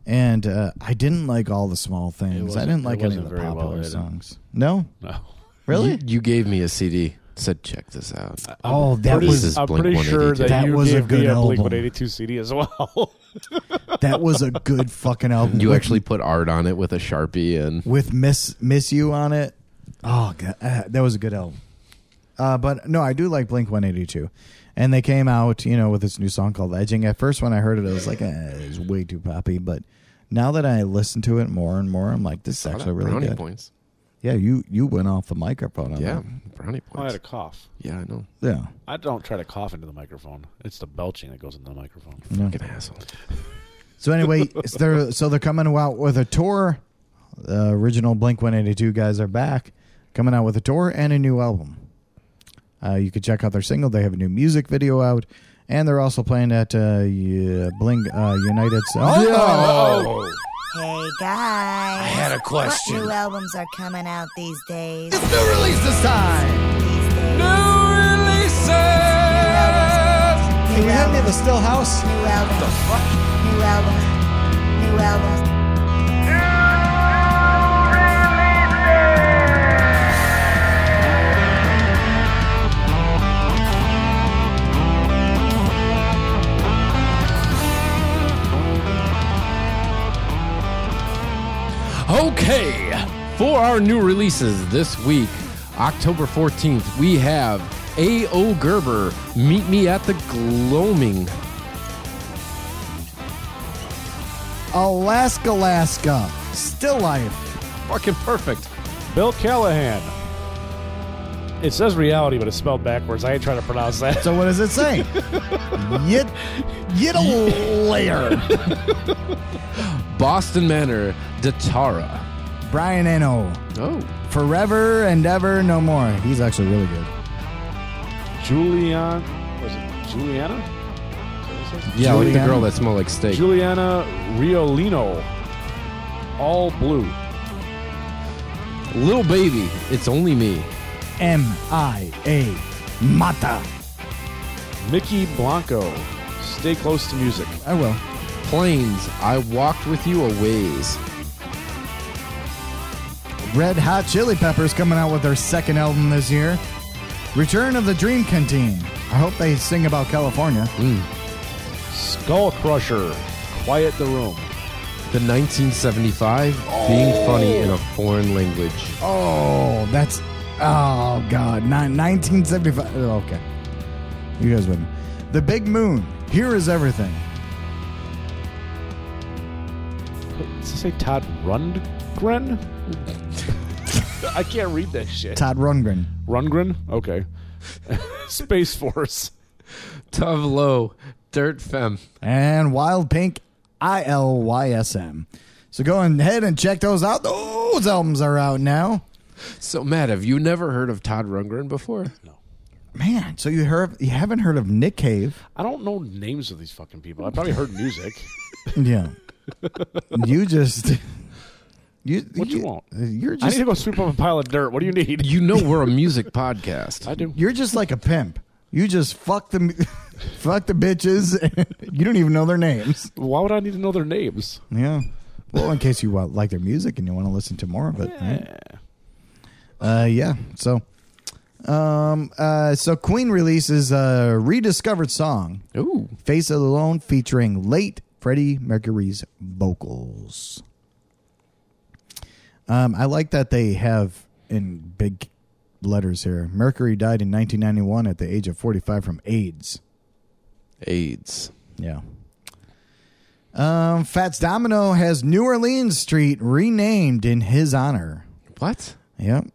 And uh, I didn't like all the small things. I
wasn't-
didn't
it
like any of
wasn't
the
very well
popular
hidden.
songs. No,
No.
really.
You, you gave me a CD. Said check this out.
Oh, that
Pretty-
This
was
is
I'm
Blink
pretty sure
182.
that,
That
you
was a
gave
good
me a Blink
album.
182 CD as well. Oh,
that was a good fucking album.
You
with,
actually put art on it with a sharpie, and
with miss miss you on it. Oh god, uh, that was a good album. Uh, but no, I do like Blink One Eighty Two, and they came out you know with this new song called Edging. At first, when I heard it, I was like, eh, it's way too poppy. But now that I listen to it more and more, I'm like, this is actually really
brownie
good.
points.
Yeah, you you went off the microphone. On
Yeah,
that.
brownie
Oh, I had
points.
a cough.
Yeah, I know.
yeah.
I don't try to cough into the microphone. It's the belching that goes into the microphone.
Fucking asshole.
So anyway, it's- they're so they're coming out with a tour. The original Blink One Eighty Two guys are back, coming out with a tour and a new album. Uh, you can check out their single. They have a new music video out, and they're also playing at uh, yeah, Blink uh, United. Oh,
Hey guys. I had a question. What new albums are coming out these days? It's new release this time. These days.
can you hand me the Still House?
New albums. New albums. New albums.
Okay, for our new releases this week, October 14th, we have A.O. Gerber, Meet Me at the Gloaming.
Alaska, Alaska, Still Life.
Fucking perfect.
Bill Callahan. It says reality, but it's spelled backwards. I ain't trying to pronounce that.
So what does it say? Yet, yet a layer.
Boston Manor, Datara.
Brian Eno,
Oh,
forever and ever no more. He's actually really good.
Julian. Was it Juliana? Is that what it says?
yeah, like the
Julianne.
girl that smelled like steak.
Juliana Riolino. All blue.
Little Baby, It's Only Me.
M I A Mata.
Mickey Blanco. Stay close to music.
I will.
Planes, I walked with you a ways.
Red Hot Chili Peppers coming out with their second album this year. Return of the Dream Canteen. I hope they sing about California.
Skull Crusher. Quiet the room.
The 1975, being funny in a foreign language.
Oh, that's oh god, Nine, 1975. oh, Okay, you guys with me? The Big Moon. Here is everything.
Does it say Todd Rundgren? I can't read that shit.
Todd Rundgren.
Rundgren? Okay. Space Force.
Tuvlo, Dirt Femme.
and Wild Pink I L Y S M. So go ahead and check those out. Those albums are out now.
So, Matt, have you never heard of Todd Rundgren before?
Man, so you heard you haven't heard of Nick Cave?
I don't know names of these fucking people. I probably heard music.
Yeah. you just you
What you want?
You're
I need
just
to go sweep up a pile of dirt. What do you need?
You know we're a music podcast.
I do.
you're just like a pimp. You just fuck the fuck the bitches. you don't even know their names.
Why would I need to know their names?
Yeah. Well, in case you uh, like their music and you want to listen to more of it, right? Uh, yeah. So, um, uh, so Queen releases a rediscovered song,
Ooh.
"Face of the Lone," featuring late Freddie Mercury's vocals. Um, I like that they have in big letters here. Mercury died in 1991 at the age of 45 from AIDS.
AIDS.
Yeah. Um, Fats Domino has New Orleans Street renamed in his honor.
What?
Yep.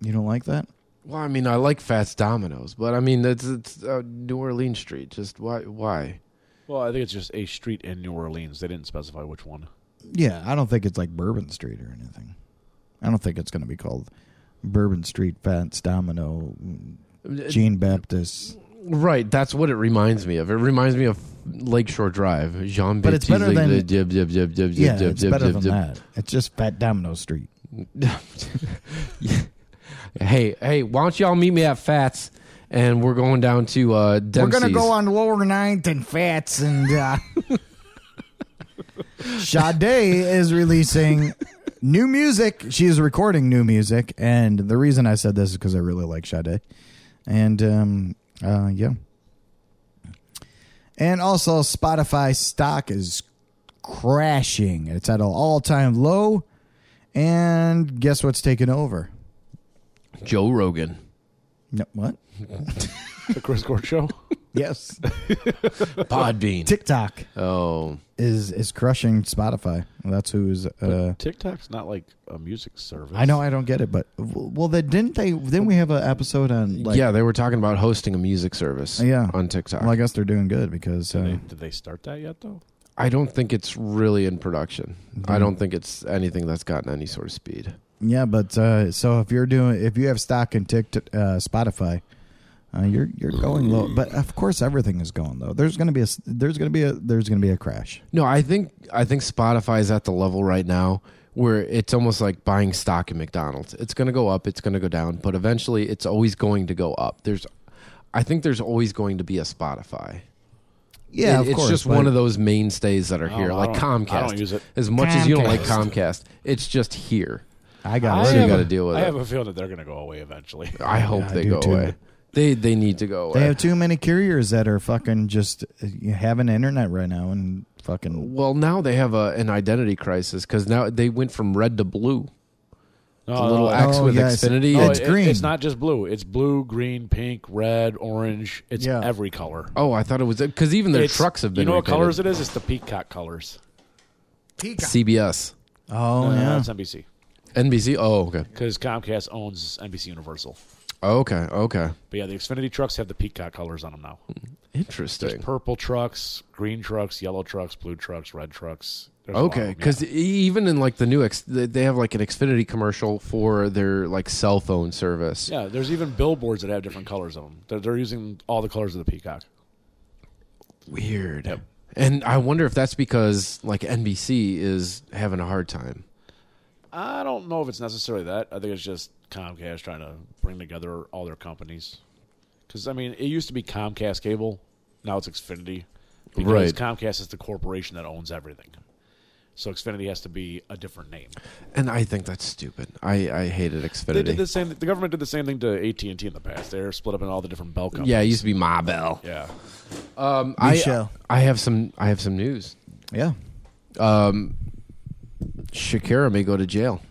You don't like that?
Well, I mean, I like Fats Dominoes, but I mean, that's it's uh, New Orleans Street. Just why? Why?
Well, I think it's just a street in New Orleans. They didn't specify which one.
Yeah, I don't think it's like Bourbon Street or anything. I don't think it's going to be called Bourbon Street Fats Domino Jean Baptist.
Right. That's what it reminds me of. It reminds me of Lakeshore Drive. Jean.
But it's better than- Yeah, it's better than
than
that. It's just Fat Domino Street.
that. Hey, hey, why don't y'all meet me at Fats? And we're going down to uh, Dempsey's.
We're going to go on Lower Ninth and Fats and uh Sade is releasing new music. She is recording new music and the reason I said this is cuz I really like Sade. And um uh yeah. And also Spotify stock is crashing. It's at an all-time low and guess what's taken over?
Joe Rogan.
No, what?
The Chris Gord Show?
Yes.
Podbean.
TikTok
Oh.
is is crushing Spotify. That's who's uh
TikTok's not like a music service.
I know I don't get it, but well, then didn't they? Then we have an episode on like,
yeah, they were talking about hosting a music service
Yeah.
on TikTok.
Well, I guess they're doing good because
Did
uh,
they, did they start that yet, though?
I don't think it's really in production. I don't think it's anything that's gotten any sort of speed.
yeah. But uh, so if you're doing, if you have stock in TikTok, uh, Spotify, uh, you're you're going low. But of course, everything is going low. There's gonna be a s- there's gonna be a there's gonna be a crash.
No, I think I think Spotify is at the level right now where it's almost like buying stock in McDonald's. It's going to go up, it's going to go down, but eventually it's always going to go up. There's I think there's always going to be a Spotify.
Yeah,
It-
of
it's
course.
just one of those mainstays that are
No,
here,
Oh, I
like
don't-
Comcast.
I don't use it.
As much as you don't like
Comcast.
Comcast, it's just here.
I got
So
rid
you
of
got
it.
to deal with
I
it.
have a feeling that they're going to go away eventually.
I hope
Yeah, I
they
do
go
too.
away. They they need to go away.
They have too many carriers that are fucking just uh, having internet right now and fucking.
Well, now they have a, an identity crisis because now they went from red to blue.
No,
The little
no,
X
oh,
with
yes.
Xfinity.
Oh,
Oh,
it's
Uh, it-
green.
It's not just blue. It's blue, green, pink, red, orange. It's
Yeah.
every color.
I thought it was because even Oh, their
It's-
trucks have been.
You know what
repainted.
colors it is? It's the peacock colors.
CBS,
Oh
no,
yeah,
it's NBC
NBC. Oh, okay,
because Comcast owns NBC Universal.
okay, okay.
But yeah, the Xfinity trucks have the peacock colors on them now.
Mm. Interesting.
Purple trucks, green trucks, yellow trucks, blue trucks, red trucks. There's a lot
Okay,
of them, yeah.
because even in like the new X, they they have like an Xfinity commercial for their like cell phone service.
yeah, there's even billboards that have different colors on them. They're, they're using all the colors of the peacock.
Weird. And I wonder if that's because like NBC is having a hard time.
I don't know if it's necessarily that. I think it's just Comcast trying to bring together all their companies. Because I mean, it used to be Comcast cable, now it's Xfinity.
Right.
Because Comcast is the corporation that owns everything, so Xfinity has to be a different name.
And I think that's stupid. I, I hated Xfinity.
They did the same. The government did the same thing to AT and T in the past. They're split up in all the different bell companies.
yeah, it used to be my bell.
yeah.
Um, I,
Michelle.
I have some I have some news.
Yeah.
Um, Shakira may go to jail.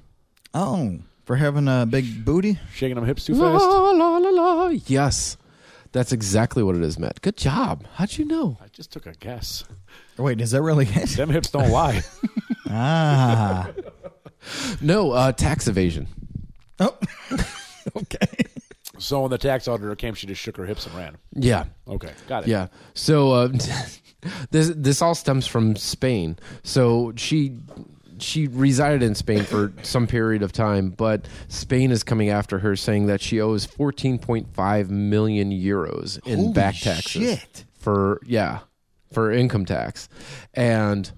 Oh, for having a big booty.
Shaking them hips too
La,
fast.
la, la, la. Yes, that's exactly what it is, Matt. Good job. How'd you know?
I just took a guess.
Wait, is that really it?
Them hips don't lie.
ah.
No, uh, tax evasion.
Oh. okay.
so when the tax auditor came, she just shook her hips and ran.
Yeah,
Okay, got it.
yeah. So uh, this this all stems from Spain. So she she resided in Spain for some period of time, but Spain is coming after her, saying that she owes fourteen point five million euros in
Holy
back taxes
shit.
for yeah for income tax, and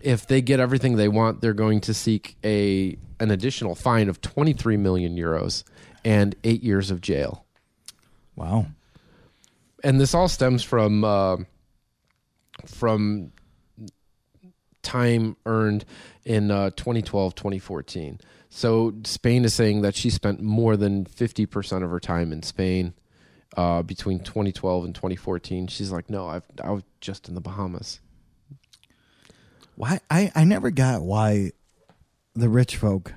if they get everything they want, they're going to seek a an additional fine of twenty three million euros and eight years of jail
Wow.
and this all stems from uh, from time earned in uh, 2012 2014 so spain is saying that she spent more than 50% of her time in spain uh, between 2012 and 2014 she's like no I've, i was just in the bahamas
Why I I never got why the rich folk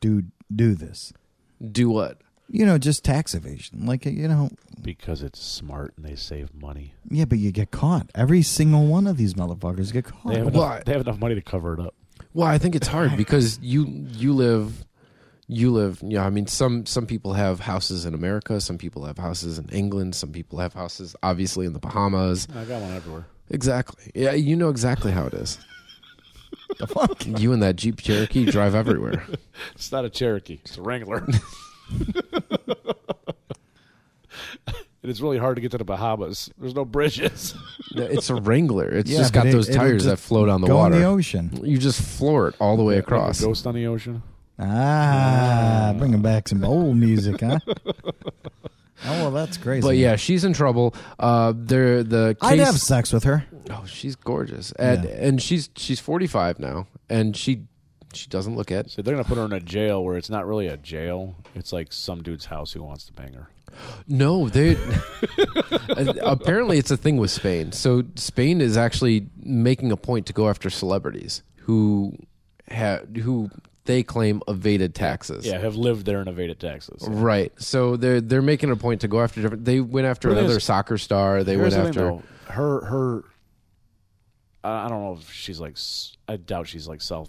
do do this.
do what
You know, just tax evasion. Like you know,
Because it's smart and they save money.
yeah, but you get caught. Every single one of these motherfuckers get
They
caught.
have,
Why?
enough, they have enough money to cover it up.
Well, I think it's hard because you you live you live yeah, I mean some some people have houses in America, some people have houses in England, some people have houses obviously in the Bahamas.
I got one everywhere.
Exactly. Yeah, you know exactly how it is.
The fuck?
You and that Jeep Cherokee drive everywhere.
It's not a Cherokee. It's a Wrangler. it is really hard to get to the Bahamas. There's no bridges.
No, It's a Wrangler. It's
Yeah,
just got
but it-
those
it'll
tires
just
that float on the
Go
water.
in the ocean.
you just floor it all the way across.
A ghost on the ocean.
Ah, bringing back some old music, huh? oh well, that's crazy.
But yeah, she's in trouble. Uh, there the case,
I'd have sex with her.
Oh, she's gorgeous, and
Yeah.
and she's she's forty five now, and she she doesn't look it.
So they're gonna put her in a jail where it's not really a jail. It's like some dude's house who wants to bang her.
No, they apparently it's a thing with Spain. So Spain is actually making a point to go after celebrities who ha- who they claim evaded taxes.
Yeah, have lived there and evaded taxes.
Right. So they're they're making a point to go after different. They went after
Well,
another
there's-
soccer star. They
Here's
went
the
after.
thing, though. her her. I I don't know if she's like. s- I doubt she's like self,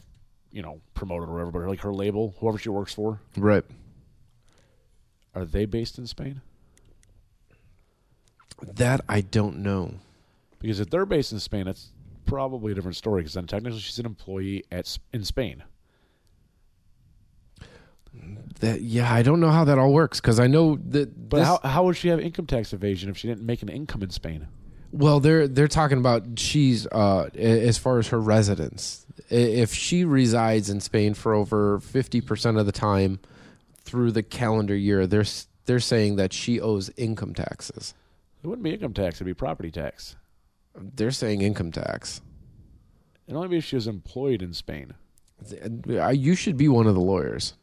you know, promoted or whatever. But like her label, whoever she works for,
Right.
are they based in Spain?
That I don't know.
Because if they're based in Spain, that's probably a different story. Because then technically she's an employee at S- in Spain.
That yeah, I don't know how that all works because I know that.
But
this-
how how would she have income tax evasion if she didn't make an income in Spain?
Well, they're they're talking about she's uh, a- as far as her residence. I- If she resides in Spain for over fifty percent of the time through the calendar year, they're s- they're saying that she owes income taxes.
It wouldn't be income tax; it'd be property tax.
They're saying income tax.
It'd only be if she was employed in Spain.
Th- I- uh, You should be one of the lawyers.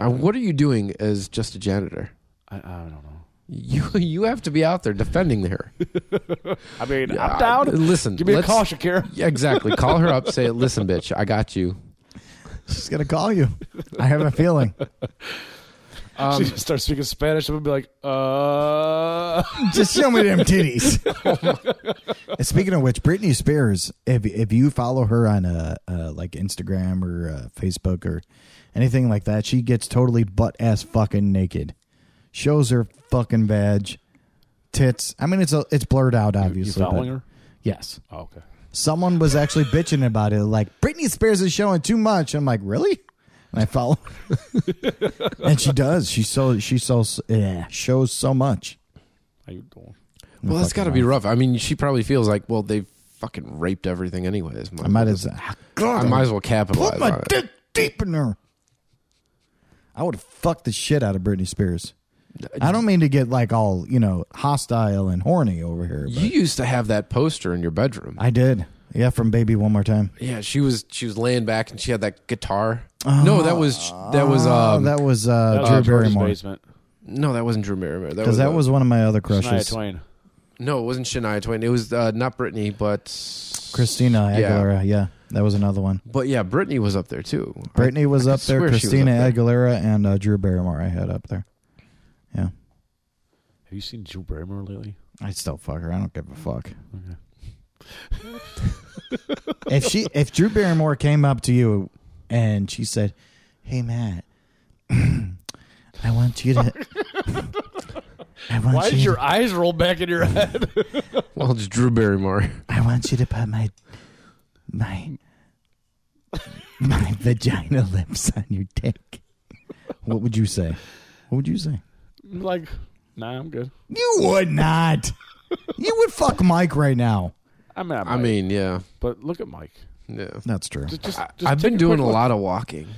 Uh, What are you doing as just a janitor?
I, I don't know.
You you have to be out there defending her.
I mean,
Yeah,
I'm down.
I- listen,
give me a
let's-
call, Shakira.
Yeah, exactly. Call her up. Say, listen, bitch, I got you.
She's gonna call you. I have a feeling.
she just starts speaking Spanish. I'm gonna be like, uh.
Just show me them titties. And Speaking of which, Britney Spears, if if you follow her on uh, uh like Instagram or uh, Facebook or anything like that, she gets totally butt ass fucking naked. Shows her fucking badge, tits. I mean, it's a, it's blurred out,
You
obviously. but-
following her?
Yes.
Oh, okay.
Someone was actually bitching about it, like Britney Spears is showing too much. I'm like, really? And I follow, her. and she does. She so she so yeah, shows so much.
How you doing?
Well, that's
fucking
got to be rough. I mean, she probably feels like, well, they fucking raped everything anyways.
I might as
I might as well capitalize
put my
on it.
dick deep in her. I would have fucked the shit out of Britney Spears. I don't mean to get like all you know hostile and horny over here. But
You used to have that poster in your bedroom.
I did. Yeah, from Baby One More Time.
yeah, she was she was laying back and she had that guitar. no, that was that was um,
Ah, that was uh,
That was
Drew
in George's
Barrymore
basement.
no, that wasn't Drew Barrymore. That
because
was,
that
uh,
was one of my other
Shania
crushes.
Twain.
no, it wasn't Shania Twain. It was uh, not Britney, but
Christina
Yeah.
Aguilera. Yeah. that was another one.
But yeah, Britney was up there too.
Britney was
I
up there.
swear she was
Christina
up there.
Aguilera and uh, Drew Barrymore. I had up there. Yeah,
Have you seen Drew Barrymore lately?
I still fuck her. I don't give a fuck. if she, if Drew Barrymore came up to you and she said, "Hey Matt, I want you to," I want
Why
you
did your
to-
eyes roll back in your head?
Well, it's Drew Barrymore.
I want you to put my my my vagina lips on your dick. What would you say? What would you say?
like, nah, I'm good.
You would not. You would fuck Mike right now.
I mean, I,
I
might,
mean, yeah,
but look at Mike.
yeah.
That's true.
Just, just,
I,
just
have
take
been
a
doing
quick
a
look.
lot of walking.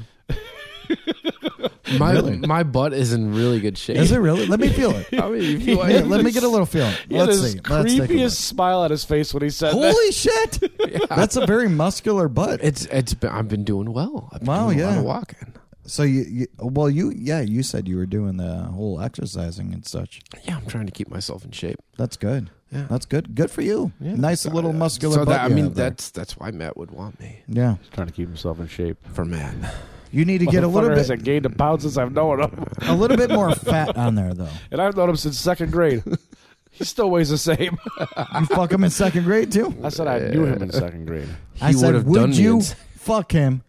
my
Really?
my butt is in really good shape.
Is it really? Let me feel it.
I mean, if you
Yeah, let me get a little feel.
He had
Let's
his
see. Let's take a
creepiest smile on his face when he said
look.
that.
Holy shit! That's a very muscular butt.
It's it's been, I've been doing well. I've been
Wow,
doing a lot
yeah.
of walking.
So you, you, well, you, yeah, you said you were doing the whole exercising and such.
Yeah, I'm trying to keep myself in shape.
That's good.
Yeah.
That's good. Good for you.
Yeah.
Nice little
Uh,
muscular.
So
butt
that, I
you
mean,
have there.
that's that's why Matt would want me
yeah.
Trying to keep himself in shape.
for Matt.
You need to get a little
Motherfucker
bit,
hasn't gained a pound since I've known him,
a little bit more fat on there, though.
and I've known him since second grade. He still weighs the same.
You fuck him in second grade too.
I said I knew him in second grade.
I
He
said,
would've
would
done me
you
in-
fuck him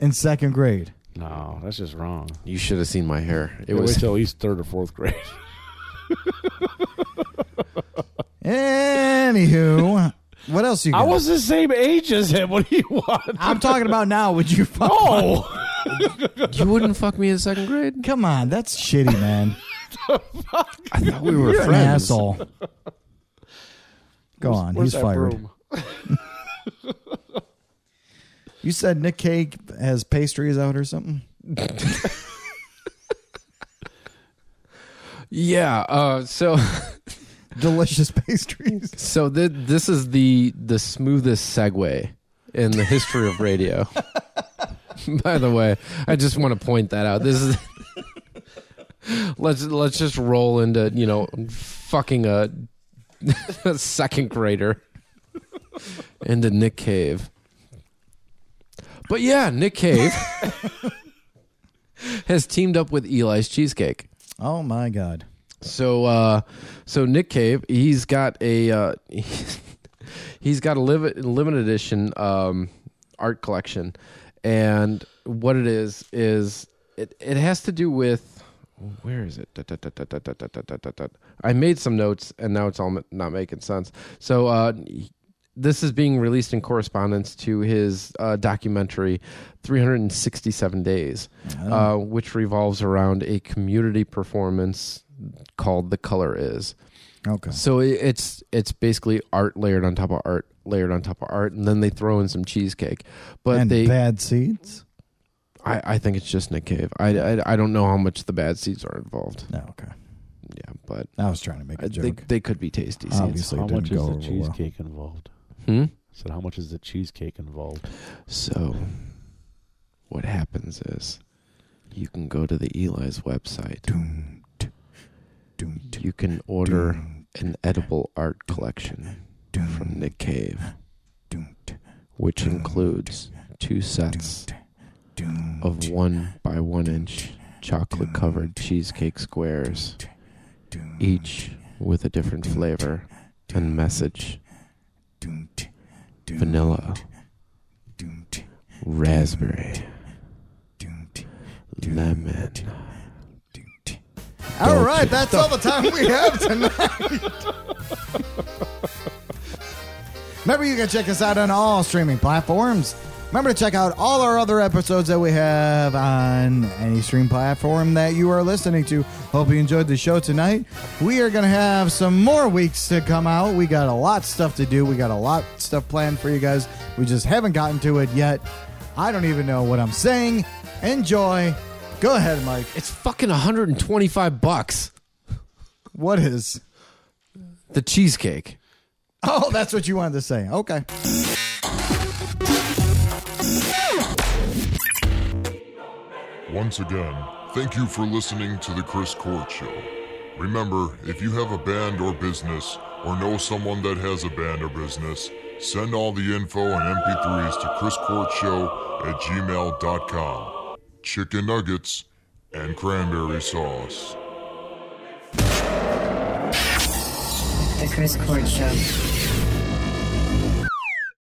in second grade?
No, that's just wrong.
You should have seen my hair. It
It was
was
till he's third or fourth grade.
Anywho, what else you? Got?
I was the same age as him. What do you want?
I'm talking about now. Would you fuck?
Oh,
you wouldn't fuck me in second grade.
Come on, that's shitty, man.
I thought we were
You're an
friends.
asshole. Go on,
Where's
he's
that
fired.
broom?
You said Nick Cage has pastries out or something.
Yeah. Uh, so
Delicious pastries.
so th- this is the the smoothest segue in the history of radio. By the way, I just want to point that out. This is let's let's just roll into you know fucking a, a second grader into Nick Cave. But yeah, Nick Cave has teamed up with Eli's Cheesecake.
Oh my god.
So uh so Nick Cave, he's got a uh he's got a liv- limited edition um art collection and what it is is it it has to do with where is it? Da, da, da, da, da, da, da, da, da, da, da. I made some notes and now it's all m- not making sense. So uh this is being released in correspondence to his uh, documentary 367 days uh, which revolves around a community performance called the color is
Okay.
so i- it's it's basically art layered on top of art layered on top of art and then they throw in some cheesecake but
and
they
bad seeds.
I, I think it's just nick cave I, I i don't know how much the bad seeds are involved
No. Okay.
yeah but
I was trying to make
I
a
think
joke.
they could be tasty seeds
Obviously,
How
it didn't
much
go
is
over
the
well.
cheesecake involved?
hmm?
I said, how much is the cheesecake involved?
So, what happens is you can go to the Eli's website.
Doom, doom, doom, doom,
You can order
doom,
an edible art collection
doom,
from Nick Cave,
doom, doom,
which includes two sets
doom,
of one by one inch chocolate covered cheesecake squares,
doom,
each with a different flavor and message
doom, doom,
vanilla,
doom,
raspberry,
doom, doom.
lemon.
All right, that's all the time we have tonight. Remember, you can check us out on all streaming platforms. Remember to check out all our other episodes that we have on any stream platform that you are listening to. Hope you enjoyed the show tonight. We are going to have some more weeks to come out. We got a lot of stuff to do. We got a lot of stuff planned for you guys. We just haven't gotten to it yet. I don't even know what I'm saying. Enjoy. Go ahead, Mike.
It's fucking 125 bucks.
What is?
The cheesecake.
Oh, that's what you wanted to say. Okay.
Once again, thank you for listening to The Chris Court Show. Remember, if you have a band or business, or know someone that has a band or business, send all the info and MP3s to chriscourtshow at gmail.com. Chicken nuggets and cranberry sauce.
The Chris Court Show.